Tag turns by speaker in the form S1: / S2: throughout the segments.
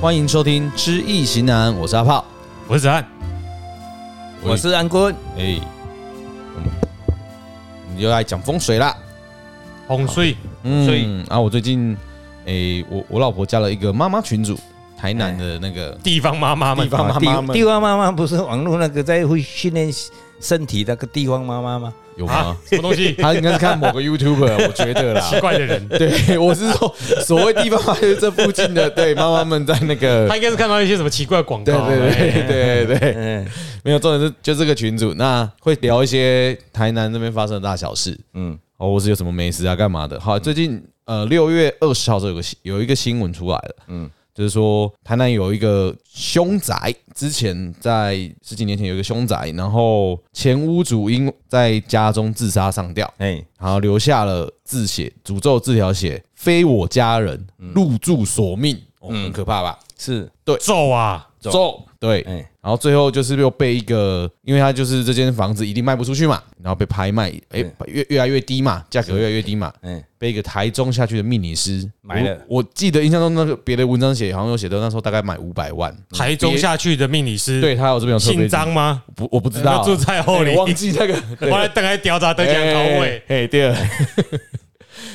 S1: 欢迎收听《知易行难》，我是阿炮。
S2: 我是子啊安，
S3: 我是安坤，
S1: 哎，我们我们又来讲风水啦。
S2: 洪水
S1: 嗯，
S3: 所以
S1: 啊，我最近，哎，我我老婆加了一个妈妈群组，台南的那个
S2: 地方妈妈们啊
S1: 地，方妈
S3: 地
S1: 妈们
S3: 地方妈妈不是网络那个在会训练身体那个地方妈妈吗？
S1: 有
S2: 啊
S1: 吗？，
S2: 什么东 西？
S1: 她应该是看某个 YouTuber，我觉得啦。
S2: 奇怪的人，
S1: 对，我是说，所谓地方妈妈就是这附近的，对妈妈们在那个
S2: 他应该是看到一些什么奇怪的
S3: 哦哎
S2: 广
S1: 对
S2: 告。
S1: 对对对对对，
S3: 嗯
S1: 没有重点是就这个群主，那会聊一些台南那边发生的大小事，
S3: 嗯，
S1: 哦，或是有什么美食啊，干嘛的。好，最近呃六月二十号这有个新有一个新闻出来了，嗯
S3: 嗯，
S1: 就是说台南有一个凶宅，之前在十几年前有一个凶宅，然后前屋主因在家中自杀上吊，
S3: 哎，
S1: 然后留下了字写诅咒字条写“非我家人，
S3: 嗯
S1: 入住索命”，哦，很可怕吧？
S3: 是，
S2: 咒啊，
S1: 咒对，
S3: 哎，
S1: 然后最后就是又被一个，因为他就是这间房子一定卖不出去嘛，然后被拍卖，哎、越越来越低嘛，价格越来越低嘛，
S3: 哎，
S1: 被一个台中下去的命理师
S3: 买了
S1: 我。我记得印象中那个别的文章写好像有写到那时候大概买五百
S3: 嗯
S1: 万，
S2: 台中下去的命理师，
S1: 对他有这边有特别
S2: 姓张吗？
S1: 不我不知道
S2: 那住在后里
S1: 哎我忘记那个。
S2: 我来等来调查，等下高位，
S1: 哎， 对了，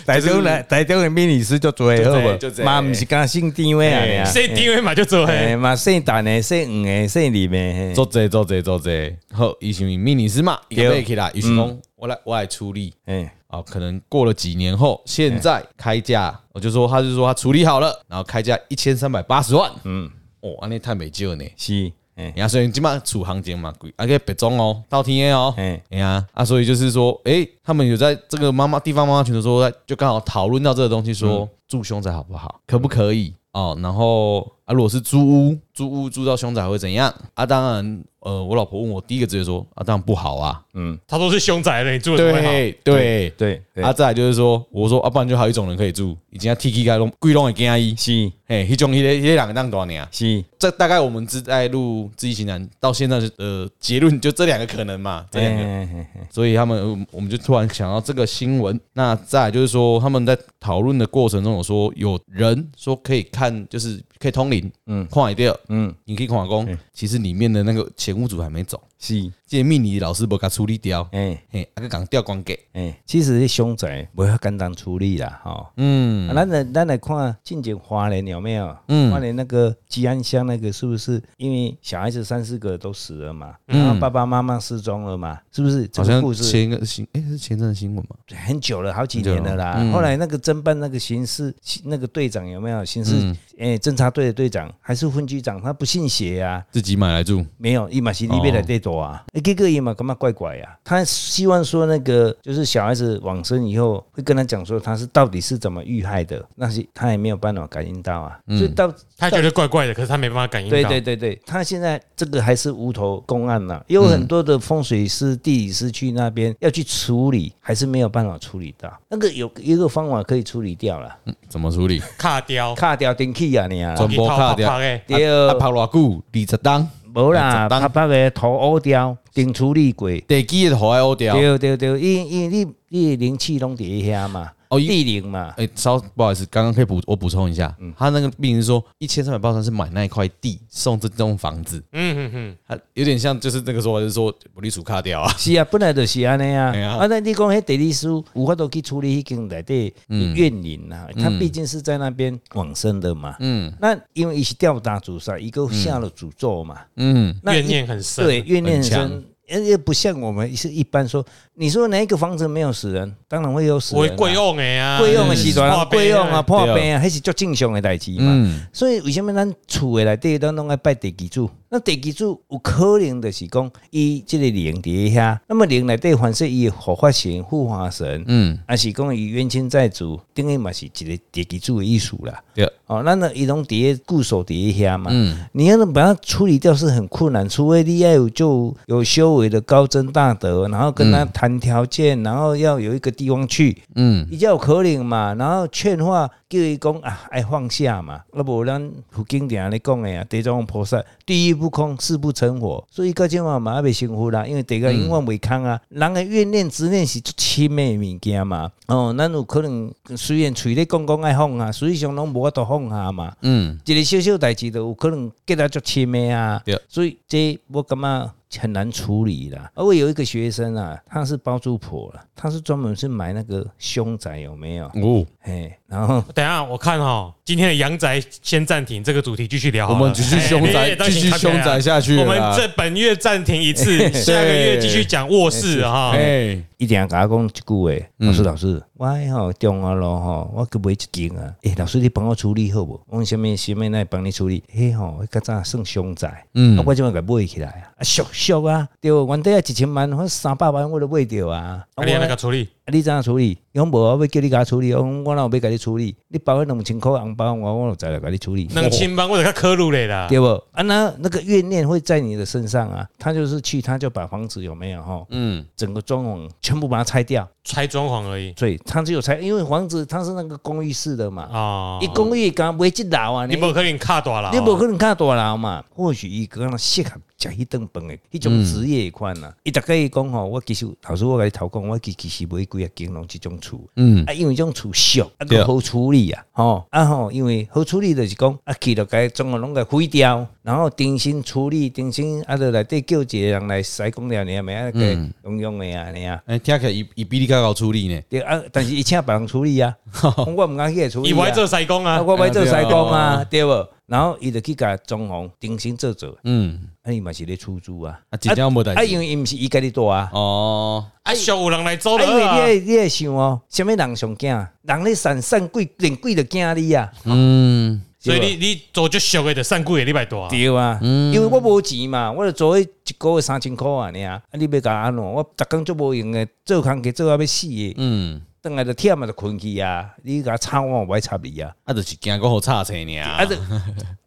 S3: 台中的台中的命理师就做好
S1: 就多哎就多
S3: 不？妈不是讲姓丁位啊，
S2: 谁定位嘛就做
S3: 哎，
S2: 黑，
S3: 嘛姓陈的，姓黄的，姓李的，嘿
S1: 做这做这做这，好，伊想命理师嘛，一个
S3: 对嗯
S1: m a 啦，伊想讲我来我来出力，
S3: 哎，
S1: 啊，可能过了几年后，现在开价，我就说他就说他处理好了，然后开价一千三百八十万，嗯，哦，安尼太没救呢。
S3: 是，哎，
S1: 呀，所以即马处行情嘛贵，啊个北中哦，到天的哦，哎
S3: 嘿
S1: 呀，啊，所以就是说，诶，他们有在这个妈妈地方妈妈群的时候，就刚好讨论到这个东西，说住凶宅好不好，可不可以哦？然后啊，如果是租屋，租屋租到凶宅会怎样？啊，当然，呃，我老婆问我第一个直接说，啊，当然不好啊，
S2: 他都是凶宅的，你住的怎么会好？
S1: 对对
S3: 对，对
S1: 啊，，再来就是说，我说啊，不然就还有一种人可以住，已经 T K 该拢贵拢会惊伊，
S3: 是
S1: 嘿，迄种迄个迄个两个当大尔。
S3: 是，
S1: 这大概我们只在录《知易行难》到现在的呃结论，就这两个可能嘛，这两个。
S3: 哎，哎哎
S1: 所以他们我们就突然想到这个新闻。那再来就是说，他们在讨论的过程中有说，有人说可以看，就是可以通灵，嗯，看一掉，嗯，你可以看公，其实里面的那个前屋主还没走，
S3: 是，
S1: 这个命理老师无甲处理掉，
S3: 哎。
S1: 嘿，啊个讲掉光给，
S3: 哎、其实这凶宅不要简单处理啦，吼、嗯，啊咱来咱来看近景花莲有没有？嗯，花莲那个吉安乡那个是不是因为小孩子三四个都死了嘛，然后爸爸妈妈失踪了嘛，是不是？这
S1: 好
S3: 个
S1: 像
S3: 故事
S1: 前一个新，哎、是前阵的新闻吗？
S3: 很久了，好几年了嗯啦。后来那个侦办那个刑事那个队长有没有？刑事哎、侦查队的队长还是分局长，他不信邪啊，
S1: 自己买来住，
S3: 没有，伊嘛是里面
S1: 哦
S3: 来对多啊，哎、这个伊嘛干嘛怪怪呀、他希望说那个就是小孩子往生以后，会跟他讲说他是到底是怎么遇害的，那些他也没有办法感应到啊，
S1: 嗯
S3: 所以到
S2: 他觉得怪怪的，可是他没办法感应
S3: 对
S2: 到。
S3: 对对对，他现在这个还是无头公案呐、
S1: 嗯
S3: 有很多的风水师、地理师去那边要去处理，还是没有办法处理到。那个有一个方法可以处理掉了，
S1: 嗯怎么处 理？
S2: 卡雕，
S3: 卡掉电器啊你啊，
S1: 全部卡掉
S2: 哎，
S3: 对
S1: 啊，拍偌久，二十档，
S3: 无啦，
S1: 十档
S3: 把把个头乌掉，顶处理过。
S1: 地基的头爱乌掉。
S3: 对对对，因因为你你的灵气拢伫遐嘛，
S1: 哦因
S3: 地灵嘛，
S1: 哎、稍不好意思，刚刚可以补我补充一下，他那个病人说一千三百八十是买那一块地送这栋房子，
S2: 嗯嗯嗯，
S1: 他有点像就是那个说法，就是说我隶属卡掉啊，
S3: 是啊，本来就是安尼啊
S1: 哎呀。
S3: 啊，那你讲迄地理书有法度去处理迄间内底怨灵啊，他毕竟是在那边往生的嘛。嗯，那因为伊是吊打主杀，一个下了诅咒嘛。
S1: 嗯，
S3: 那一
S2: 怨念很深
S3: 对，怨念
S1: 很
S3: 很深
S1: 强。
S3: 而且不像我们是一般说，你说哪一个房子没有死人？当然会有死
S2: 我
S3: 人、
S2: 会
S3: 啊。
S2: 贵用的啊，
S3: 贵用的时
S2: 破
S3: 段，
S2: 病
S3: 贵用啊，破
S1: 对
S3: 病啊，迄是足正常的代志嘛。所以为什么咱厝的内底咱拢爱拜地基主？那地基主有可能就是讲，伊即个灵伫遐，那么灵内底反正伊的护法神、护法神，嗯，还是讲伊冤亲债主，等于嘛是一个地基主的意思啦。
S1: 对，
S3: 哦，咱那伊拢伫咧固守伫咧遐嘛，你要能把它处理掉是很困难，除非你要有就有修为的高僧大德，然后跟他谈条件，然后要有一个地方去，嗯，比较有可能嘛，然后劝化叫伊讲啊，爱放下嘛。那无咱佛经定安尼讲的啊，地藏王菩萨地狱不空，誓不成佛。所以到今晚嘛，也未成佛啦，因为地个永远未空啊。人的怨念执念是最深的物件嘛。哦，咱有可能虽然嘴咧讲讲爱放下，实际上拢无法度放下嘛。
S1: 嗯，
S3: 一个小小代志都有可能结到足深的啊
S1: 对，
S3: 所以这我感觉很难处理啦。而我有一个学生啊，他是包租婆啦，他是专门是买那个凶宅有没有？
S1: 哦，
S3: 哎，然后
S2: 等一下我看哈，今天的阳宅先暂停，这个主题继续聊好
S1: 我
S2: 了。
S1: 们继续凶
S2: 哎
S1: 宅，继续凶宅。下去
S2: 你
S1: 了
S2: 也当心看看啊我们
S1: 啦。
S2: 这本月暂停 一次，下个月继续讲卧室啊哈。
S1: 哎，
S3: 一定要甲我讲一句话，
S1: 嗯
S3: 老师老师，我的吼中啊咯吼，我去买一间啊，诶、老师你帮我处理好无？我讲什么什么来帮你处理？嘿吼，较早算凶宅。啊
S1: 嗯，
S3: 我即摆甲买起来啊，啊俗俗啊，对，原底啊一千万，我三百万我都买着啊。啊
S2: 啊你
S3: 我
S2: 那个处理，
S3: 啊，你怎样处理？伊讲无，我要叫你甲我处理。我讲我哪有要甲你处理？你包迄两千箍红包，我我再来甲你处理。
S2: 两千万或者较科鲁 嘞啦。
S3: 对不？啊，那那个怨念会在你的身上啊。他就是去，他就把房子有没有哈，
S1: 嗯，
S3: 整个装潢全部把它拆掉。
S2: 拆装潢而已
S3: 所以他只有拆，因为房子它是那个公寓式的嘛，
S2: 啊
S3: 一、。公寓刚买一楼啊，
S2: 你不啊可能卡大了，
S3: 你无可能看大人嘛，或许伊可能适合食迄顿饭的迄
S2: 嗯
S3: 种职业的款啊。伊逐概伊讲吼，我其实头先我甲你头讲，我其其实买几啊间拢即种厝，
S1: 嗯
S3: 啊，因为这种厝俗，啊
S1: 对
S3: 个好处理啊，吼啊吼，因为好处理就是讲啊，去了该总个拢该毁掉，然后重新处理，重新啊，就内底叫一个人来施工了，你啊，咪啊个用用的啊，你啊。
S1: 哎，听起来以以比例较高处理呢。
S3: 对啊，但是伊请别人处理啊，我毋敢去给处理、
S2: 以
S3: 啊。
S2: 为这塞工
S3: 啊，
S2: 啊，
S3: 我买做西工
S1: 哎
S3: 啊，对无？然后伊就去甲装潢重新做做，
S1: 嗯，
S3: 啊，伊嘛是咧出租啊，
S1: 啊，真正无代
S3: 啊，因
S1: 志。
S3: 为伊毋是伊家己住啊，
S1: 哦，
S2: 啊，小有人来
S3: 啊，
S2: 租
S3: 因为
S2: 了
S3: 你
S2: 啊
S1: 哎
S3: 会你会想哦，什物人上惊？人咧散散鬼，连鬼都惊你啊，
S1: 嗯，
S2: 所以
S3: 对吧
S2: 你你做就俗的，就上贵的礼拜多啊。
S3: 对啊，因为我无钱嘛，我就做迄一个月三千箍啊，尔啊，你要甲安怎？我逐工足无用诶，做工计做啊要死诶，
S1: 嗯，
S3: 等下就忝啊，就困去啊，你甲吵我，我袂插你啊，
S1: 啊，就是惊个好差车呢
S3: 啊，
S1: 啊，
S3: 就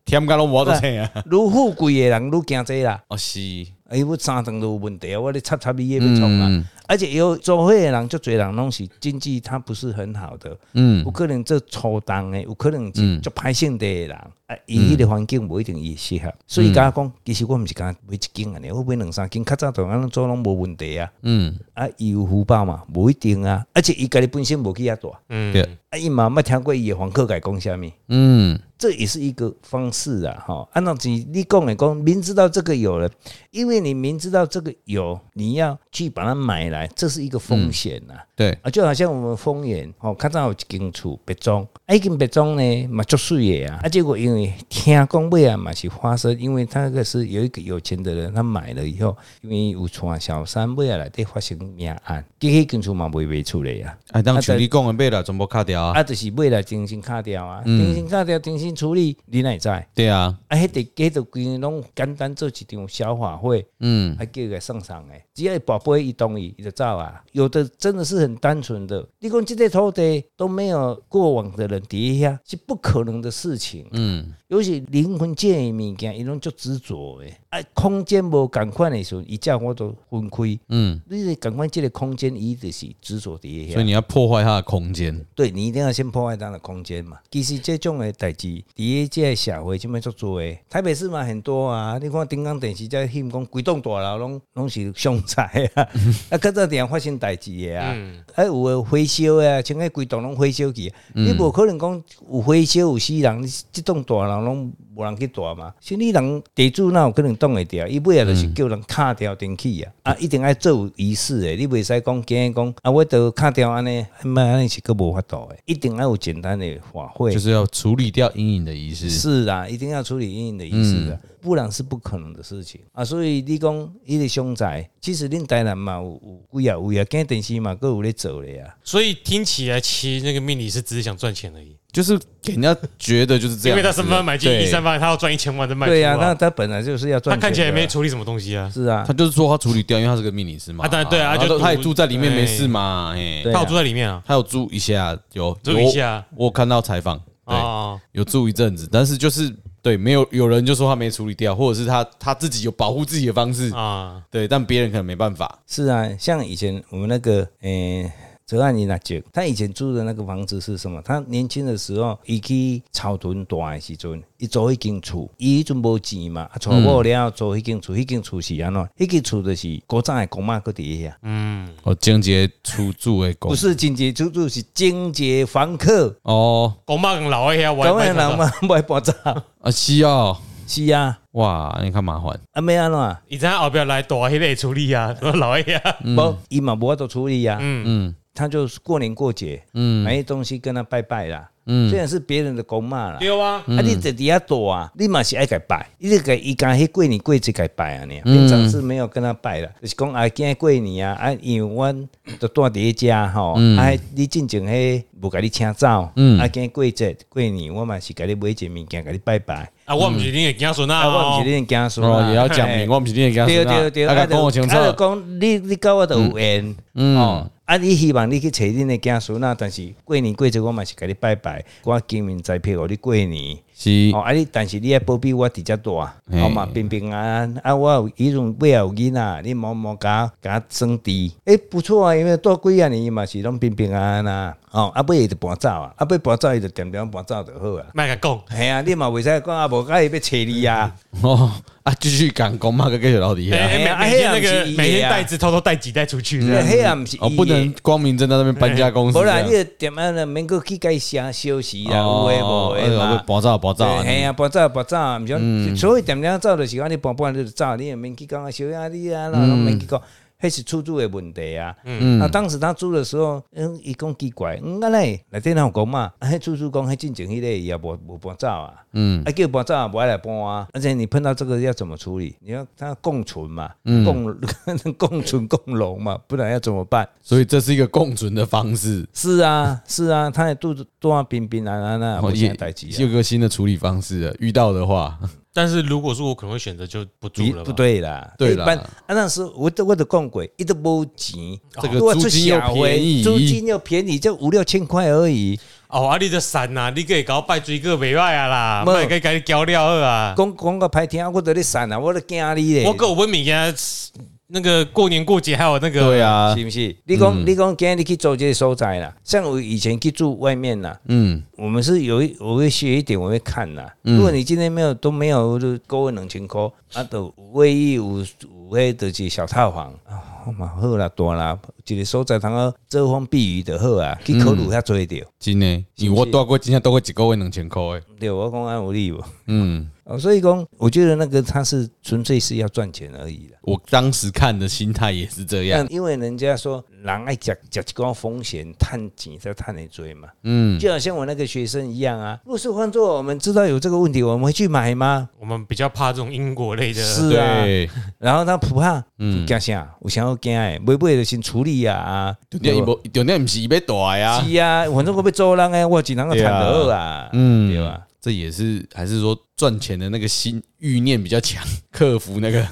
S1: 添加拢无多车啊。
S3: 愈富贵诶人愈惊这啦。
S1: 哦，是，
S3: 哎，我三顿都有问题啊！我咧插插伊要创啊，
S1: 嗯
S3: 而且有做伙的人，足侪人拢是经济他不是很好的，
S1: 嗯
S3: 有可能做粗重的，有可能是足歹性地的人，啊，
S1: 嗯
S3: 伊迄个环境无一定伊适合，所以甲我讲，其实我毋是讲买一间安尼，我买两三间，较早同安尼做拢无问题啊，
S1: 嗯，
S3: 啊，伊有福报嘛，无一定啊，而且伊家己本身无去遐住，
S2: 嗯
S1: 对，
S3: 啊，伊嘛捌听过伊的房客甲伊讲啥物。
S1: 嗯，这
S3: 这也是一个方式啊，哈。按照你你讲的讲，明知道这个有了，因为你明知道这个有，你要去把它买来，这是一个风险呐、啊。
S1: 对，
S3: 就好像我们丰原哦，较早有一间厝别庄，啊，一间别庄呢嘛足水的啊，啊，结果因为听讲尾啊嘛是发生，因为他那个是有一个有钱的人，他买了以后，因为有传小三尾啊内底发生命案，这迄间厝嘛卖袂出来啊。
S1: 哎，当
S3: 啊
S1: 像你讲的买来全部卡掉啊。
S3: 啊，就是买来重新卡掉啊，重新卡掉，重新处理，你哪会知？
S1: 对啊，
S3: 啊，迄个迄个规拢简单做一场小法会，
S1: 嗯，
S3: 还叫个送送诶，只要宝贝一同意，伊就走啊。有的真的是很单纯的，你讲这个土地都没有过往的人底下是不可能的事情。
S1: 嗯，
S3: 尤其灵魂界的物件，伊拢足执着诶。啊，空间无共款的时候，伊才我都分开。
S1: 嗯，
S3: 你是共款这个空间，伊就是执着
S2: 啊
S3: 底下。
S1: 所以你要破坏它的空间。
S3: 对你一定要先破坏它的空间嘛。其实这种的代志，第一届社会这边做做的，台北市嘛很多啊。你看顶港电视在翕讲，规栋大楼拢拢是凶宅啊， 啊，较早定发生代志的啊，啊有的火烧的啊，像迄规栋拢火烧去，啊你无可能讲有火烧有死人，你这栋大楼拢无人去住嘛。像你人地主哪有可能挡会掉？伊尾啊就是叫人敲掉电器啊，啊一定爱做有仪式的，你袂使讲今日讲啊，我都敲掉安尼，莫安尼是个无法度的，一定要有简单的法会
S1: 就。是要处理掉阴影的仪式。
S3: 是啊，一定要处理阴影的仪式的，不然是不可能的事情啊。所以你讲伊个凶宅，其实恁台南嘛有有几啊有啊，今电视嘛各有咧做咧啊。
S2: 所以听起来其实那个命理是只是想赚钱而已，
S1: 就是给人家觉得就是这
S2: 因
S1: 样子，
S2: 为他什么买进
S1: 对
S2: 一三八，他要赚一千万再卖出
S3: 对啊，那
S2: 啊，
S3: 他本来就是要
S2: 他
S3: 赚钱的啊。
S2: 看起来也没处理什么东西啊，
S3: 是啊
S1: 他，就是说他处理掉，因为他是个命理师嘛。
S2: 啊当然对啊
S1: 然后
S2: 就
S1: 他也
S2: 赌
S1: 住在里面没事嘛，哎，
S3: 对
S2: 他
S3: 啊
S2: 有住在里面啊，
S1: 他有住一下，有
S2: 住一，下
S1: 有我有看到采访，对，
S2: 啊，
S1: 有住一阵子，但是就是对，没有有人就说他没处理掉，或者是他他自己有保护自己的方式，
S2: 啊，
S1: 对，但别人可能没办法，
S3: 是啊，像以前我们那个诶。泽岸伊那杰，他以前住的那个房子是什么？他年轻的时候，伊去草屯住的时阵，伊租一间厝，伊迄阵无钱嘛，啊，娶某了后租迄间厝，迄间厝是安怎？迄间厝就是古早的公妈搁伫遐，
S2: 嗯，
S1: 哦，经济出租的公
S3: 不是紧急出租，是紧急房客，
S1: 哦
S2: 公妈跟老的遐
S3: 台湾
S2: 玩
S3: 人
S2: 嘛，
S3: 嘛 不爱搬走，
S1: 啊是哦，
S3: 是啊，
S1: 哇，你看麻烦，
S3: 啊，要安怎？
S2: 以前后边来大迄个处理 啊，老的遐，
S3: 无，伊嘛无法度处理啊。
S2: 嗯
S3: 嗯，他就是过年过节，嗯，买些东西跟他拜拜啦。嗯，虽然是别人的公妈啦，
S2: 对啊，
S1: 嗯
S3: 啊，你在底下躲啊，你嘛是爱给拜，你给伊讲迄过年过节给拜啊，
S1: 嗯
S3: 你平常是没有跟他拜啦，就是讲啊，今天过年啊，啊，因为阮都住伫一家吼，
S1: 嗯
S3: 啊，你进前迄无甲你请走，嗯，啊，今天过节过年我嘛是甲你买一件物件甲你拜拜，
S2: 啊，我毋是恁的子孙啊，
S3: 啊，我毋
S2: 哦
S3: 是恁家属
S1: 哦也要讲
S3: 嘿
S1: 明，我们是你的家
S3: 对
S1: 属啊
S3: 对对，
S1: 大
S3: 啊
S1: 家
S3: 就
S1: 跟我清楚，嗯
S3: 啊就讲你你跟我都有缘，哦，啊，你希望你去找恁的家属那，但是过年过节我嘛是给你拜拜，我金明栽培互你过年，
S1: 是
S3: 哦，啊你但是你要保庇我伫遮大，
S1: 嘿
S3: 哦嘛平平安安，啊我有迄种尾后有囡仔，你毛毛甲甲算低，诶不错啊，因为住几啊年嘛是拢平平安安啊，哦啊尾伊就搬走啊，啊尾搬走伊就点点搬走就好啊，
S2: 莫甲讲，
S3: 系啊，你嘛袂使讲啊，无甲伊要找你啊。
S1: 哦 啊，继续讲公妈跟继续老底
S2: 哎
S1: 下，
S2: 哎
S3: 嘿啊
S2: 每每天那
S3: 那
S2: 个
S3: 是伊的啊嗯
S2: 每天袋子偷偷带几袋出去，这样
S3: 迄也毋是
S1: 哦
S3: 伊
S1: 不
S3: 的
S1: 能光明正大那边搬家公司
S3: 无
S1: 这
S3: 啦，
S1: 样，
S3: 你就点啊，就免阁去甲伊写休息啦，啊有诶无
S1: 哦，
S3: 诶嘛。
S1: 爆炸爆炸，
S3: 嘿啊，搬走搬走，毋
S1: 嗯
S3: 是，所以点点走就是安尼搬搬你就走，你也免去讲啊，小兄弟啊，啦，拢免去
S1: 嗯
S3: 讲，迄是出租的问题啊。啊，当时他租的时候，嗯，伊讲奇怪，嗯，安尼内底哪有讲嘛，啊，迄出租讲迄进前迄个伊也无无搬走啊，嗯，啊叫搬走也无爱来搬啊，而且你碰到这个要怎么处理？你要他共存嘛，
S1: 嗯
S3: 共 共存共荣嘛，不然要怎么办？
S1: 所以这是一个共存的方式，
S3: 是啊，是啊，他也肚子多啊，平平安安啊，
S1: 哦
S3: 不
S1: 也
S3: 像代志
S1: 有个新的处理方式了。遇到的话，
S2: 但是如果说我可能会选择就不住
S3: 你
S2: 了吧，
S3: 不对啦，
S1: 对
S3: 一
S1: 啦
S3: 般啊，那时候我都我都讲过，伊都无钱，
S1: 这个
S3: 我
S1: 租
S3: 出
S1: 金又
S3: 社会
S1: 便宜
S3: 租金又便宜，就五六千块而已。
S2: 哦，啊，你这散呐，你给搞拜水个袂歹啊啦，
S3: 没
S2: 莫给给你交了好啊。
S3: 讲讲个歹听，我都咧散啊，我都惊你咧。
S2: 我跟我问物件，那个过年过节还有那个，
S1: 对，啊，
S3: 是不是？你讲你讲，今天你去做这个所在啦，像我以前去住外面啦，
S1: 嗯，
S3: 我们是有一我会学一点，我会看啦。如果你今天没有都没有，就够两千块，啊，都卫浴有有迄就是小套房啊，嘛好啦，大啦，一个所在通好遮风避雨就好啊，去考虑遐做着。
S1: 真的，因为我多过今天多过一个月两千块的，
S3: 对，我讲安有理无？
S1: 嗯，
S3: 哦，所以讲，我觉得那个他是纯粹是要赚钱而已啦。
S1: 我当时看的心态也是这样
S3: 但，因为人家说人爱讲讲一个风险，探钱才探得追嘛。
S1: 嗯，
S3: 就好像我那个学生一样啊。若是换做我们知道有这个问题，我们会去买吗？
S2: 我们比较怕这种因果类的，
S3: 是啊。
S1: 嗯对，
S3: 然后他不怕，
S1: 嗯
S3: 嗯，惊啥？有想要惊的，买买就先处理啊啊。
S1: 重点不，重点不是要大呀，
S3: 是啊，反正我要做人诶，我只能够赚得好啊，
S1: 嗯，
S3: 对吧？？
S1: 这也是还是说赚钱的那个心欲念比较强，克服那个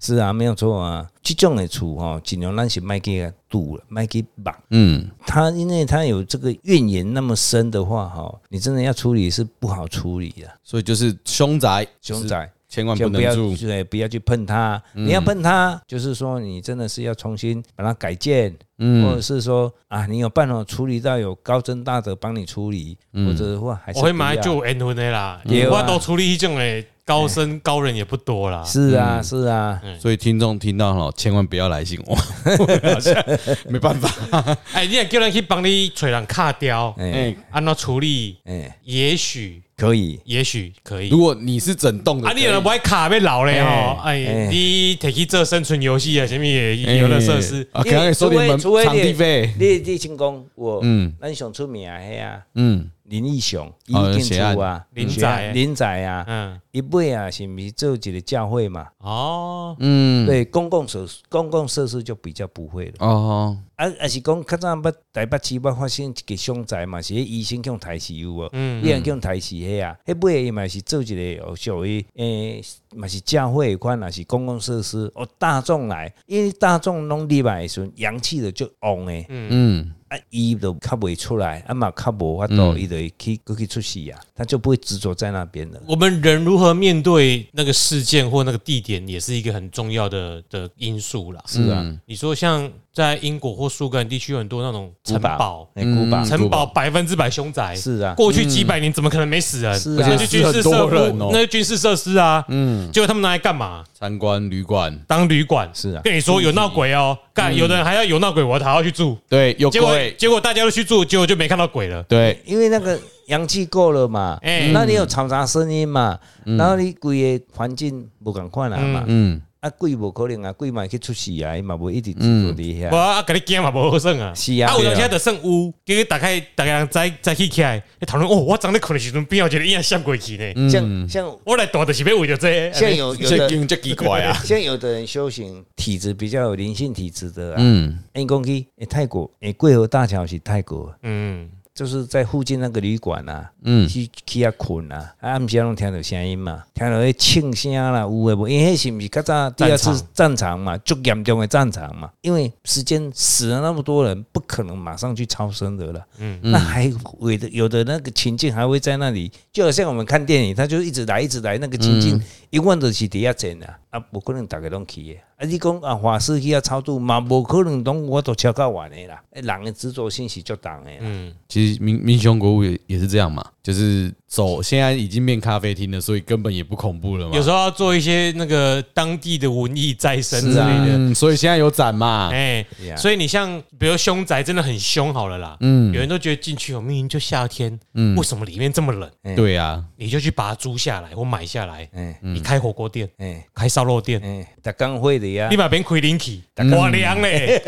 S3: 是啊，没有错啊。这种的厝吼，尽量咱是卖给赌了，卖给绑。
S1: 嗯，
S3: 他因为他有这个怨言那么深的话，哈，你真的要处理是不好处理的，
S1: 所以就是凶宅，
S3: 凶，宅。
S1: 千万不
S3: 就不
S1: 能
S3: 要
S1: 住，嗯
S3: 对，不要去碰它。你要碰它，就是说你真的是要重新把它改建，
S1: 嗯
S3: 或者是说啊，你有办法处理到有高僧大德帮你处理，
S1: 嗯
S3: 或者的话还是
S2: 我会
S3: 不要
S2: 买就有缘分的啦。
S3: 对啊
S2: 我都处理一种的高深高人也不多啦。
S3: 是啊是啊，
S1: 所以听众听到了，千万不要来信我，好像 没办 法。
S2: 哎，你也叫人去帮你找人卡掉，
S3: 哎
S2: 安怎处理？
S3: 哎，
S2: 也许
S3: 可以，
S2: 也许可以
S1: 如。果你是整栋的，哎
S2: 啊，你有人不爱卡被老嘞哦，哎
S3: 哎哎，
S2: 你摕去做生存游戏啊，什么也游乐设施，
S1: 啊，可能收点门
S3: 除非
S1: 场地费。
S3: 你你成功，我
S1: 嗯
S3: 嗯，咱上出名的啊，
S1: 嗯，
S3: 林义雄，伊
S1: 哦
S3: 建
S1: 血案
S3: 出啊，
S2: 林
S3: 血
S2: 仔
S3: 案
S2: 的
S3: 林仔啊，
S2: 嗯，
S3: 伊尾啊，是毋是做一个教会嘛？
S2: 哦，
S1: 嗯
S3: 对，公共设施公共设施就比较不会了。
S1: 哦，
S3: 啊，啊是讲较早捌台北市捌发生一个凶宅嘛，是迄医生叫台死有无？
S2: 嗯
S3: 你人叫台死迄啊，迄尾伊嘛是做一个哦属于诶，嘛是教会的款，也是公共设施哦，大众来，因为大众拢入来的时阵，阳气就足旺诶，
S1: 嗯，
S3: 啊，伊就较袂出来，啊嘛较无法度，伊、就会去过去出事啊，他就不会执着在那边了。
S2: 我们人如何面对那个事件或那个地点，也是一个很重要的的因素啦。
S3: 是啊，
S2: 你说像在英国或苏格兰地区有很多那种
S3: 古
S2: 城堡，
S3: 哎，古堡
S1: 嗯
S2: 城堡百分之百凶宅。
S3: 是啊，
S2: 过去几百年怎么可能没死人？
S3: 是啊
S2: 那就军事设
S1: 而且死很多人哦
S2: 那就军事设施啊，
S1: 嗯，
S2: 结果他们拿来干嘛？
S1: 参观旅馆，
S2: 当旅馆。
S3: 是啊
S2: 跟你说有闹鬼哦，干有的人还要有闹鬼，我还要去住。
S1: 对，有
S2: 结果
S1: 鬼，
S2: 结果大家都去住，结果就没看到鬼了。
S1: 对，
S3: 因为那个阳气够了嘛，
S2: 哎
S3: 那你有嘈杂声音嘛，然后你规个环境无共款啊嘛，
S1: 嗯，
S3: 啊鬼无可能啊，鬼嘛会去出事啊，伊嘛无一直住伫
S2: 我
S3: 遐，
S2: 啊，给你惊嘛，无好耍啊。
S3: 是啊
S2: 啊，有
S3: 对啊
S2: 当时就剩有，结果大概大家人再再起起来，在讨论哦，我昨咧困的时阵，边有一个影闪过去呢。
S3: 像像
S2: 我来大就是要为着这个
S3: 像有有的
S1: 这奇怪啊，
S3: 像有的人修行体质比较有灵性体质的啊，
S1: 嗯，
S3: 因讲去诶泰国诶桂河大桥是泰国，
S2: 嗯，
S3: 就是在附近那个旅馆啊，
S1: 嗯
S3: 去去遐困啊，啊暗时拢听到声音嘛，听到迄庆声啦，有诶无？因为迄是毋是较早第二次战场嘛，最严重诶战场嘛，因为时间死了那么多人，不可能马上去超生的了。嗯，那还有的有的那个情境还会在那里，就好像我们看电影，他就一直来一直来，那个情境一万都是伫遐整啊，啊，无可能逐个拢去诶。啊，你讲啊，法师去遐超度嘛，无可能拢我都超到完诶啦，诶人诶执着性是足重诶啦。
S1: 其实民民雄国物也也是这样嘛，就是走，现在已经变咖啡厅了，所以根本也不恐怖了嘛
S2: 有，时候要做一些那个当地的文艺再生之类的。
S1: 嗯，所以现在有展嘛，
S2: 哎
S3: 啊 Yeah，
S2: 所以你像比如凶宅真的很凶好了啦，嗯，有人都觉得进去哦，明明就夏天，嗯，为什么里面这么冷？
S1: 对 啊，
S2: 你就去把它租下来或买下来，
S3: 哎
S2: 你开火锅店，
S3: 哎
S2: 开烧肉店，
S3: 哎，嗯逐工会的呀
S2: 你，把边开冷气，哇凉嘞，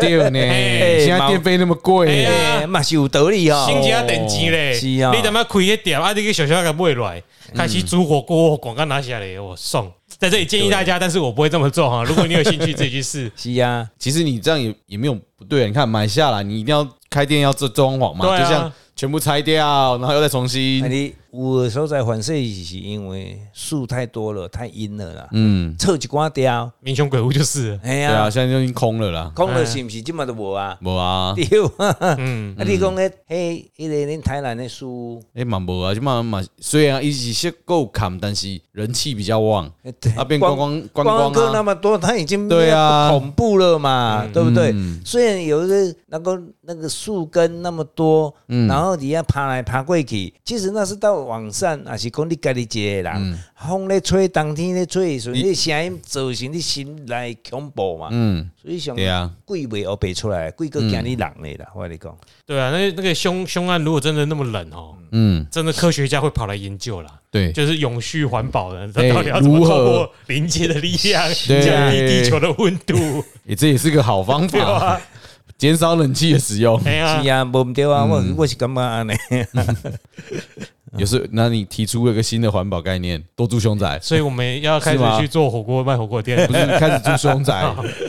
S1: 对呢，现在电费那么
S2: 哎
S1: 贵
S2: 呀，
S3: 哎，嘛是有道理哦。
S2: 心情要等钱嘞，
S3: 是啊嗯
S2: 你他妈开个店啊，你个小小给买下来，开始煮火锅，广告拿下来，我送。在这里建议大家，但是我不会这么做 哈。如果你有兴趣，自己去试。
S3: 是啊呀，
S1: 其实你这样也也没有不对啊，你看买下来，你一定要开店要做装潢嘛，
S2: 对啊哎
S1: 就像全部拆掉，然后又再重
S3: 啊
S1: 新，
S3: 你有的时候在反射是因为树太多了，太阴了啦，
S1: 嗯，
S3: 凑一寡掉，
S2: 民雄鬼屋就是了，
S3: 哎
S1: 对啊，
S3: 呀，
S1: 现在就已经空了啦，
S3: 空了是不是即嘛都无啊？
S1: 无啊，
S3: 对啊，
S2: 嗯，
S3: 啊你讲迄迄迄个恁台南的树，
S1: 哎嘛无啊，就嘛嘛，虽然一起是够砍，但是人气比较旺，
S3: 对
S1: 啊变观光观光啊
S3: 客那么多，他已经
S1: 对啊嗯
S3: 恐怖了嘛，对不对？虽然有一个那个那个树根那么多，
S1: 嗯
S3: 然后你要爬来爬过去，其实那是到晚上，还是讲你家己一个
S1: 嗯
S3: 人，风咧吹，当天咧吹的时候，所以你声音造成你心内恐怖嘛，
S1: 嗯，
S3: 所以想
S1: 对啊，嗯
S3: 鬼袂学白出来，鬼个惊你人咧啦，我跟你讲，
S2: 对啊，那那个凶凶案如果真的那么冷哦，
S1: 嗯，
S2: 真的科学家会跑来研究啦，
S1: 对，
S2: 就是永续环保的，
S1: 哎
S2: 到底要怎么
S1: 如
S2: 透
S1: 何
S2: 过临界的力量
S1: 对
S2: 降低地球的温 度？
S1: 诶这也是个好方
S2: 对
S1: 法，
S2: 吧？
S1: 减少冷气的使用。
S2: 哎呀
S3: 是，啊，无毋对
S1: 嗯
S3: 啊，我我是感觉安尼，
S1: 有时候，那你提出了一个新的环保概念，多住凶宅，
S2: 所以我们要开始
S1: 是吗哎
S2: 去做火锅卖火锅店
S1: 不是开始住凶宅，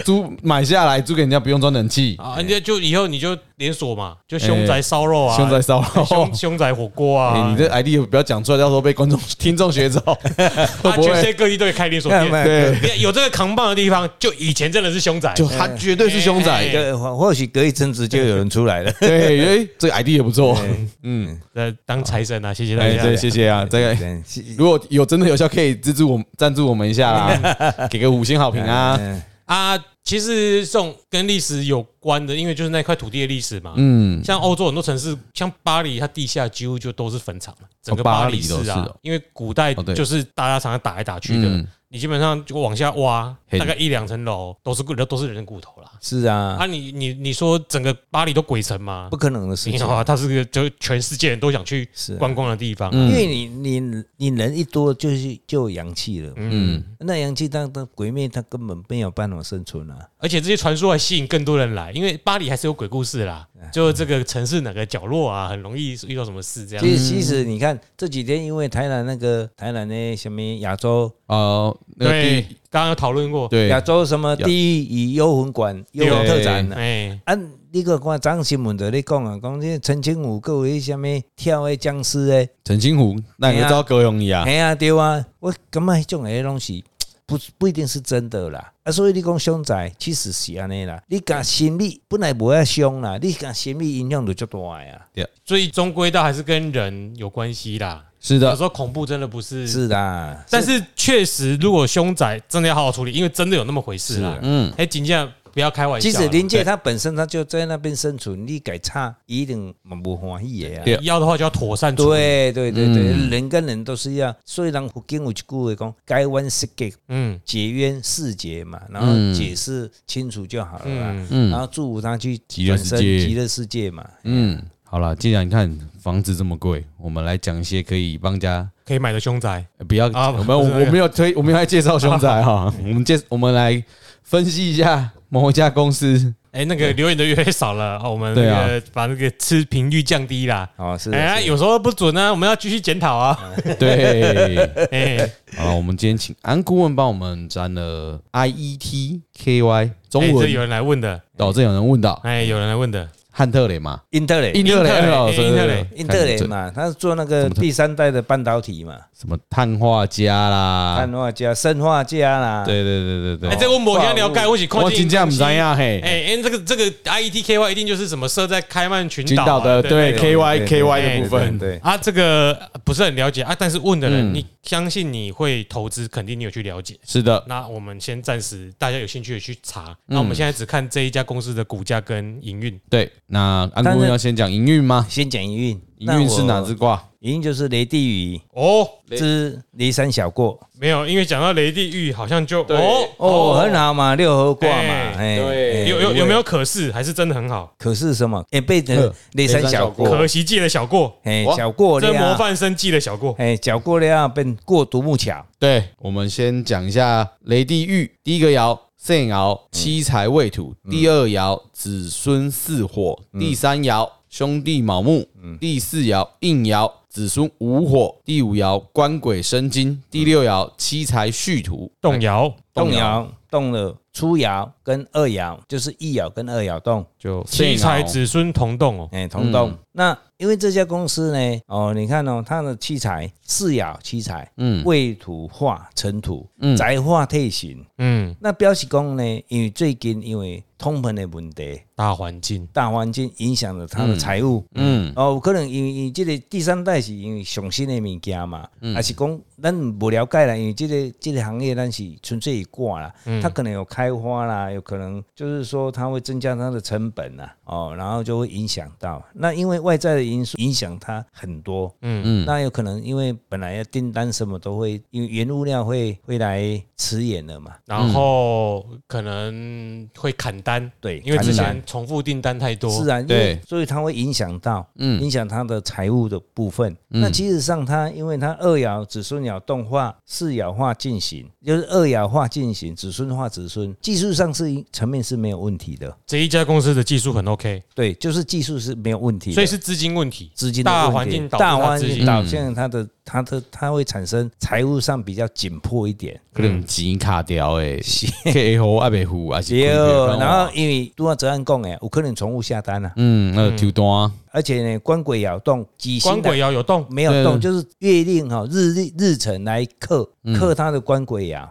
S1: 租买下来租给人家不用装冷气，
S2: 啊，人家就以后你就连锁嘛，就凶宅烧肉啊，
S1: 哎凶宅烧肉
S2: 凶。凶宅火锅
S1: 哎，
S2: 啊，
S1: 你这 idea 不要讲出来，到时候被观众、听众学走，会哎
S2: 啊，
S1: 不
S2: 全世界
S1: 会？
S2: 各地都可以开连锁
S3: 看
S2: 店。
S3: 嘛
S1: 对，
S2: 有这个扛棒的地方，就以前真的是凶宅，
S1: 就他绝 对是凶宅。
S3: 就 或或许隔一阵子就有人出来了。
S1: 对，哎，这个 idea 不错。嗯，
S2: 呃当财神啊，谢谢大
S1: 哎，对，
S2: 家。
S1: 谢谢啊，这个。
S3: 对是
S1: 如果有真的有效，可以资助我们赞助我们一下啦，给个五星好评啊。
S3: 嗯
S2: 啊，其实这种跟历史有关的，因为就是那块土地的历史嘛。
S1: 嗯，
S2: 像欧洲很多城市，像巴黎，它地下几乎就都是坟场了，整个巴黎市
S1: 巴黎都是
S2: 啊
S1: 哦，
S2: 因为古代
S1: 哦对
S2: 就是大家常常打来打去的
S1: 嗯，
S2: 你基本上就往下挖，
S1: 嘿
S2: 大概一两层楼都是骨都是人的骨头啦。
S3: 是啊，
S2: 啊，你你你说整个巴黎都鬼城吗
S3: 不？可能的事
S2: 你
S3: 情
S2: 好，啊，它是个就全世界人都想去
S3: 是啊
S2: 观光的地
S1: 嗯
S2: 方。
S3: 因为你你你人一多就是就有阳气了，
S2: 嗯，
S3: 那阳气当当鬼魅，它根本没有办法生存啊。
S2: 而且这些传说还吸引更多人来，因为巴黎还是有鬼故事啦。
S1: 哎
S2: 就这个城市哪个角落啊，很容易遇到什么事这样。
S3: 其实其实你看这几天，因为台南那个台南的什么亚洲
S1: 哦，那个
S2: 对
S1: 地，
S2: 刚刚有讨论过，
S1: 对
S3: 亚洲什么地狱与幽魂馆幽魂特展啊。
S2: 哎，
S3: 啊，你个看张新闻在咧讲啊，讲这陈清武有迄什么跳的僵尸诶，
S1: 陈清湖，那你就知道高雄一啊？
S3: 嘿啊对啊，我感觉迄种诶东西不不一定是真的啦。啊，所以你讲凶宅其实是安尼啦，你讲心理本来无要凶啦，你讲心理影响就足大呀。
S2: 所以终归到还是跟人有关系啦。
S1: 是
S2: 有
S1: 的
S2: 时，候恐怖真的不
S1: 嗯
S2: 是，
S3: 是啦，
S2: 但是确实如果凶宅真的要好好处理，因为真的有那么回事啦。
S1: 啊
S3: 是
S2: 嗯，哎，紧接着不要开玩笑
S3: 即
S2: 啦。
S3: 使临界它本身它就在那边生存，你改差一定蛮不欢喜的啊。
S1: 对嗯
S2: 要的话就要妥善处理。
S3: 对对对对，人跟人都是一样。所以人福建有一句话讲，该弯是给
S2: 嗯
S3: 解冤释结嘛，然后
S1: 嗯
S3: 解释清楚就好了啦。然后祝福他去
S1: 极乐
S3: 转
S1: 世
S3: 身
S1: 界
S3: 极乐世界嘛。
S1: 嗯，好了，既然你看房子这么贵，我们来讲一些可以帮家。
S2: 可以买的凶宅，
S1: 呃不要，
S2: 啊
S1: 我
S2: 不
S1: 们
S2: 是
S1: 我
S2: 那个
S1: 我没有推，我们来介绍凶宅 哈。我们介，我们来分析一下某一家公司。
S2: 哎、那个留言的越来越少了，哦我们那
S1: 对啊
S2: 个、把那个吃频率降低啦。
S3: 哦，是的
S2: 哎、呀，有时候不准啊，我们要继续检讨啊。
S1: 对，
S2: 哎、
S1: 好了，我们今天请安顾问帮我们占了 I E T K Y 中
S2: 哎这
S1: 文
S2: 有。人来问的，
S1: 哦，这有人问到
S2: 哎、有人来问的，
S1: 汉特雷嘛？
S3: 英特雷，
S1: 英特雷
S2: 哎英特雷
S1: 哦，对
S2: 英特
S1: 对
S2: 雷
S1: 对
S3: 英特雷
S1: 看这
S3: 嘛，他是做那个第三代的半导体嘛，
S1: 什么碳化镓啦
S3: 碳？化镓、生化镓啦。
S1: 对对对对
S2: 哎、
S1: 对。
S2: 这我某天了解，我是看
S1: 我
S2: 见
S1: 真正不知
S2: 呀。
S1: 道嘿。
S2: 哎、哎，这个这个 I E T K Y 一定就是什么设在开曼群
S1: 群
S2: 岛、啊、
S1: 岛的对
S2: 那个
S1: K Y
S3: 对
S1: K
S3: 对
S1: Y
S2: 哎
S1: 的部分，
S3: 对，
S2: 啊，这个不是很了解啊，但是问的人，
S1: 嗯
S2: 你相信你会投资，肯定你有去了解。
S1: 是的，
S2: 那我们先暂时大家有兴趣的去查。那我们现在只看这一家公司的股价跟营运。
S1: 对。那安
S3: 但
S1: 顾
S3: 是
S1: 问要先讲营运吗？
S3: 先讲营运，
S1: 营运是哪只？挂？
S3: 营运就是雷地
S2: 哦，
S3: 雨之雷山小过。
S2: 没有，因为讲到雷地狱，好像就
S1: 对
S2: 哦
S3: 哦，很好嘛，六合卦嘛，
S2: 哎
S3: 哎，
S1: 对
S3: 哎
S2: 有有有没有可是还是真的很好？
S3: 可是什么？哎，被
S1: 呵
S3: 人雷山小
S1: 雷山
S3: 过
S1: 小，
S2: 可惜借了小过，
S3: 哎
S1: 哇，
S3: 小过
S2: 这模
S3: 了，
S2: 范生记了小过。
S3: 哎，小过了变过独木桥，
S1: 对，我们先讲一下雷地狱。第一个爻肾爻
S3: 嗯
S1: 七财未土，第二爻子孙巳火，
S3: 嗯
S1: 第三爻兄弟卯木，第四爻应爻子孙午火，第五爻官鬼申
S3: 嗯
S1: 金，第六爻七财戌土。
S3: 哎
S2: 动摇，
S1: 动
S3: 动
S1: 摇
S3: 摇动了初爻跟二爻，就是一爻跟二爻动，
S1: 就
S2: 七
S1: 财
S2: 财子孙同动哦。
S3: 哎，同动。那因为这家公司呢，哦，你看哦，它的器材四爻器材，
S1: 嗯
S3: 嗯，未土化尘土
S1: 嗯，
S3: 宅化退行。
S2: 嗯，
S3: 那表示讲呢，因为最近因为通膨的问题，
S2: 大环境，
S3: 大环境影响了他的财务。
S1: 嗯
S3: 哦，有可能因为因为这个第三代是因为上新的物件嘛，
S2: 嗯
S3: 还是讲咱不了解啦，因为这个这个行业咱是纯粹一挂啦，
S2: 嗯
S3: 它可能有开花啦，有可能就是说它会增加它的成本啦，哦，然后就会影响到。那因为外在的因素影响它很多，
S1: 嗯
S3: 嗯，那有可能因为本来要订单什么都会，因为原物料会会来迟延了嘛，
S2: 然后可能会砍单，
S3: 对，
S2: 因为之
S1: 砍
S2: 前重复订单太多。
S3: 是啊，因
S1: 对
S3: 为所以它会影响到，
S1: 嗯
S3: 影响它的财务的部分。那其实上它，因为它二爻子孙爻动化，四爻化进行，就是二爻化进行，子孙化子孙，技术上是层面是没有问题的，
S2: 这一家公司的技术很 OK，
S3: 对，就是技术是没有问题的，
S2: 所以是资金问题。
S3: 资金的
S2: 大
S3: 问
S2: 环
S3: 题
S2: 境导致
S3: 大
S2: 它
S3: 环
S2: 资
S3: 境
S2: 金
S3: 导向它的它的它会产生财务上比较紧迫一点。
S1: 可能钱卡掉诶，K 好阿北虎还是哦
S3: 对，哦
S1: 亏本
S3: 然后因为都要这样讲诶，有可能重复下单啊，
S1: 嗯，那个抽单
S3: 而且呢，官鬼爻动，几星
S2: 官
S3: 的
S2: 鬼爻有动，
S3: 没有
S1: 对
S3: 动，就是月令哈日历日程来克克它的官鬼爻，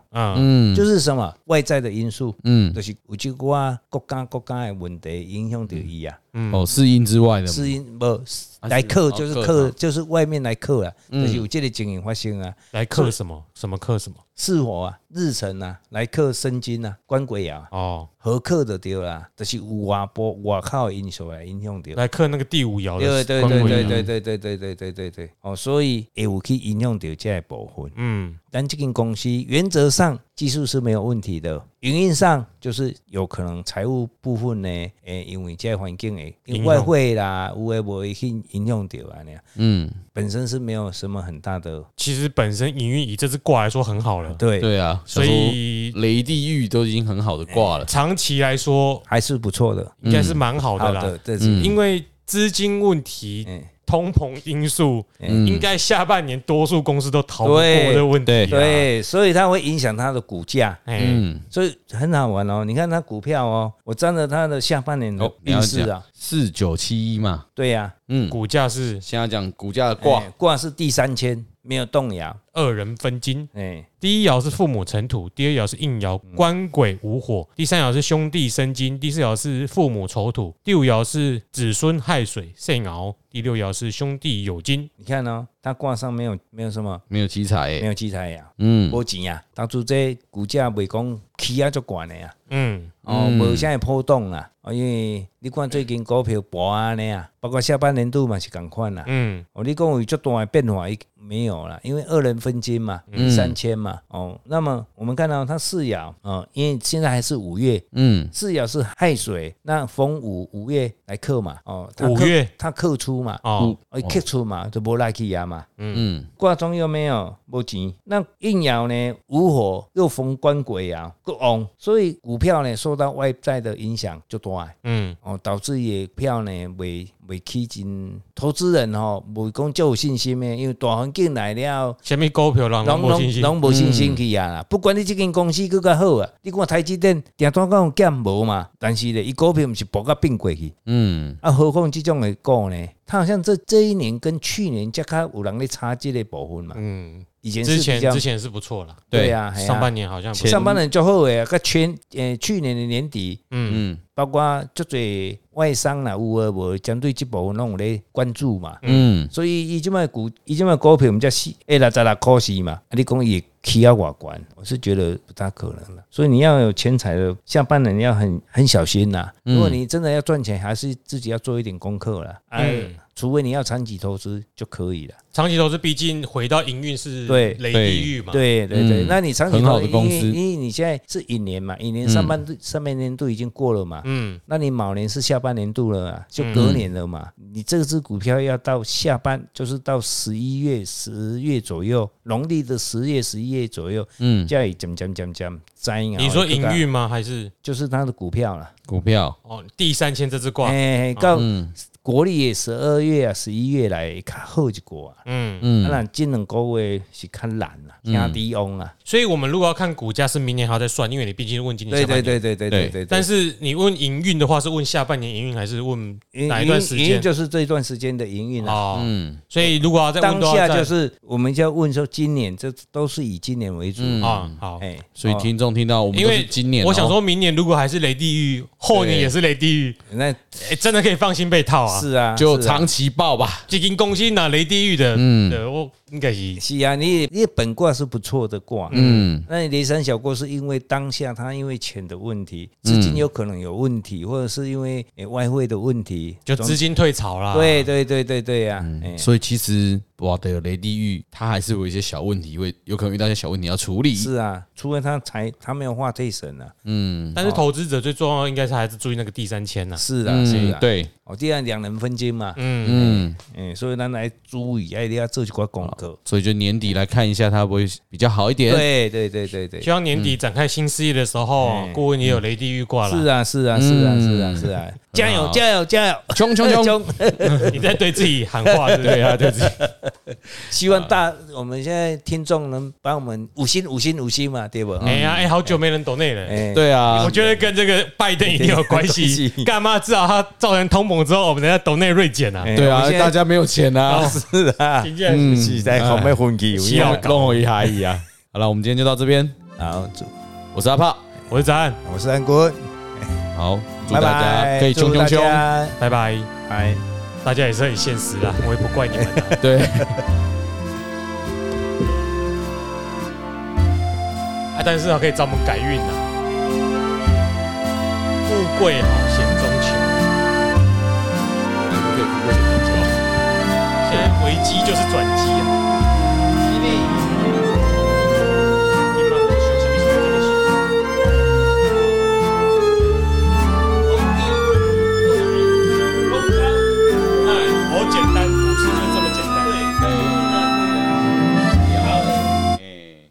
S1: 嗯
S2: 嗯，
S3: 就是什么外在的因素，
S1: 嗯
S3: 就是有一寡国家国家的问题影响到伊啊，
S2: 嗯
S1: 哦，四音之外的嘛
S3: 是因不是
S1: 啊
S3: 来克
S1: 是
S3: 就是
S1: 哦嗯克
S3: 克
S1: 它
S3: 就是外面来克啊，就是有这个情形发生啊，
S2: 来克什么？什么克什么？
S3: 是否啊日程啊来克申金啊官鬼爻啊
S2: 哦，
S3: 合克的对啦，就是有外部外靠因素来影响到。
S2: 来克那个第五
S1: 哦
S2: 爻
S3: 对
S2: 的
S3: 对
S2: 官
S3: 对
S2: 鬼
S3: 对
S2: 爻
S3: 对对对对对对对对，哦，所以会有去影响到这个部分。
S2: 嗯，
S3: 但这间公司原则上技术是没有问题的，营运上就是有可能财务部分呢，诶、因为这个环境诶，因
S2: 影
S3: 为外
S2: 响
S3: 汇啦，有诶无去影响到啊，那样
S1: 嗯，
S3: 本身是没有什么很大的
S2: 其实本身营运以这只卦来说很好了，
S3: 对，
S1: 对啊，
S2: 所
S1: 想说
S2: 以哎
S1: 雷地狱都已经很好的挂了，
S2: 长期来说
S3: 还是不错的，
S2: 应该是蛮好的
S3: 嗯好
S2: 啦
S3: 的，，这是
S1: 嗯
S2: 因为资金问题、
S3: 嗯
S2: 通膨因素，
S1: 嗯
S2: 应该下半年多数公司都逃不过
S3: 对
S2: 的问题啦。
S3: 对，所以它会影响它的股价。
S2: 哎，
S1: 嗯，
S3: 所以很好玩哦，你看它股票哦，我占了它的下半年的
S1: 哦你要
S3: 运势啊，
S1: 四九七一嘛，
S3: 对呀、
S1: 嗯，
S2: 股价是
S1: 现在讲股价的挂
S3: 哎，挂是第三千，没有动摇，
S2: 二人分金，
S3: 哎、
S2: 第一爻是父母成土，第二爻是应爻官鬼无火，第三爻是兄弟生金，第四爻是父母丑土，第五爻是子孙亥水肾爻，第六爻是兄弟酉金。
S3: 你看哦，它挂上没有没有什么。
S1: 没有奇才
S3: 没
S1: 欸，
S3: 有器材呀，
S1: 嗯，
S3: 无钱呀。当初这股价袂讲起啊，足悬的呀。
S2: 嗯，
S3: 哦，吼，无啥会波动啦。哦因为你看最近股票博安尼啊，包括下半年度嘛是共款啦。
S2: 嗯，
S3: 哦，你讲有较大的变化已没有啦，因为二人分金嘛，
S2: 嗯
S3: 三千嘛，哦，那么我们看到它四爻，哦，因为现在还是五月，
S1: 嗯，
S3: 四爻是亥水，那逢五五月来克嘛，哦，它
S2: 五
S3: 克
S2: 月
S3: 它克出嘛，
S2: 哦，
S3: 哦，克出嘛，就无来去啊嘛，
S1: 嗯，
S3: 挂钟又没有无钱，那应爻呢无火又逢官鬼爻，个旺，所以股票呢受到外在的影响就大。
S2: 嗯，
S3: 哦，导致也票呢袂袂起真，投资人吼袂讲足有信心的，因为大环境来了，
S2: 前面股票人
S3: 拢
S2: 无信
S3: 拢
S2: 心，嗯
S3: 拢无信心去啊啦。不管你即间公司佫较好啊，你看台积电定单讲减无嘛，但是呢，伊股票毋是博甲并过去，
S1: 嗯，
S3: 啊，何况即种的股呢，它好像这这一年跟去年才较有人咧差即个部分嘛，
S2: 嗯，
S3: 以前是
S2: 之
S3: 比
S2: 前
S3: 较
S2: 之前是不错啦，
S3: 对
S1: 对，
S3: 啊，嘿啊
S2: 上半年好像不
S1: 前
S2: 错，
S3: 上半年足好诶，甲全诶去年的年底
S2: 嗯
S1: 嗯
S3: 包括足侪外商啦，有诶无，针对即部分拢有咧关注嘛。
S1: 嗯
S3: 所以伊即摆股，伊即摆股票毋才四哎六十六箍四嘛，啊你讲伊会起啊偌悬，我是觉得不大可能了。所以你要有钱财的下半年要很很小心呐、
S2: 嗯
S3: 如果你真的要赚钱，还是自己要做一点功课了。嗯、
S2: 嗯
S3: 除非你要长期投资就可以了。
S2: 长期投资毕竟回到营运是
S3: 对
S2: 雷地狱嘛，
S3: 对对对，
S1: 嗯
S3: 那你长期
S1: 很好
S3: 投
S1: 的
S3: 资，
S1: 公
S3: 因
S1: 司嗯
S3: 为因为你现在是一年嘛，一年上半、上半年度已经过了嘛，
S2: 嗯，
S3: 那你卯年是下半年度
S1: 嗯
S3: 了啊，就隔年了嘛。你这只股票要到下半，就是到十一月、十月左右，农历的十月、十一月左右，
S1: 嗯，
S3: 叫以讲讲讲讲摘啊。
S2: 你说营运吗？还是
S3: 就是它的股票了。
S1: 股票，
S2: 哦第三千这只挂？
S3: 哎，到
S1: 嗯
S3: 国历十二月啊、十一月来较好一寡啊。
S2: 嗯，
S3: 啊，
S1: 嗯
S3: 那这两个月是较难啊，压低翁啊。
S2: 所以我们如果要看股价，是明年还要再算，因为你毕竟问今年
S3: 对
S2: 下半
S3: 对
S2: 年。
S3: 对对对对对。
S2: 但是你问营运的话，是问下半年营运还是问
S3: 营
S2: 哪一段时
S3: 嗯营营运
S2: 间？
S3: 就是这段时间的营运啊。
S2: 哦，
S1: 嗯
S2: 所以如果要再问
S3: 当
S2: 都
S3: 下
S2: 要再
S3: 就是我们就要问说，今年这都是以今年为主。
S1: 嗯
S2: 啊，好。
S3: 哎，
S1: 所以
S3: 哦
S1: 听众听到我们
S2: 因
S1: 都是
S2: 为
S1: 今年哦，
S2: 我想说明年如果还是雷地狱，后年也是雷地狱，
S3: 那
S2: 哎，真的可以放心被套啊！
S3: 是啊，
S1: 就是
S3: 啊
S1: 长期报吧，
S2: 基金公司拿雷地狱的，
S1: 嗯
S2: 嗯，我应该是
S3: 是啊，你你本卦是不错的卦，
S1: 嗯
S3: 那你雷山小卦是因为当下它因为钱的问题，资金有可能有问题，或者是因为诶外汇的问题，
S2: 就
S3: 总
S2: 资金退潮啦。
S3: 对对对对对呀，哎
S1: 嗯，所以其实我的雷地狱它还是有一些小问题，会有可能遇到一些小问题要处理，
S3: 是啊，除非他财他没有化退神啊，
S1: 嗯，
S2: 但是投资者最重要应该是还是注意那个第三千呐。
S3: 是啊
S1: 嗯
S3: 是啊，，
S1: 对，
S3: 哦，既然两人分金嘛，
S2: 嗯，
S1: 嗯，哦
S3: 嗯，所以咱来注意，哎，你要做一寡功课，
S1: 所以就年底来看一下它会不会比较好一点，
S3: 对对对对对
S2: 希，望年底展开新事业的时候
S3: 嗯，
S2: 顾问也有雷地狱挂
S3: 是
S2: 了，
S3: 啊是啊是啊是啊是啊，加油加油加油，
S1: 嗯冲冲冲，
S3: 冲！
S2: 你在对自己喊话，对不对啊？对自己，
S3: 希望大我们现在听众能帮我们五星五星五星嘛，对不？
S2: 哎呀，哎，好久没人懂内了。
S3: 嗯哎，
S1: 对啊
S2: 我，觉得跟这个拜登一定有关 系
S3: 有关系，
S2: 干嘛？至少他造成通膨之后，我们等下抖内锐减啊，
S3: 哎
S1: 对
S3: 我
S1: 啊，
S3: 现在
S1: 大家没有钱啊，
S3: 是啊，
S2: 听见
S1: 嗯
S3: 是在后面混迹，
S2: 是啊
S1: 弄我一下一啊，好了，我们今天就到这边，
S3: 好，祝
S1: 我是阿炮，
S2: 我是张翰，
S3: 我是安国，
S1: 好，祝
S3: 拜
S1: 大
S3: 拜，
S1: 家可以
S3: 祝
S1: 冲
S3: 大
S1: 冲冲，
S3: 家
S2: 拜拜。
S3: 拜。
S2: 大家也是很现实啊，我也不怪你们啊。
S1: 对。
S2: 啊，但是它可以找我们改运啊。富贵好险中求，现在危机就是转机啊。哎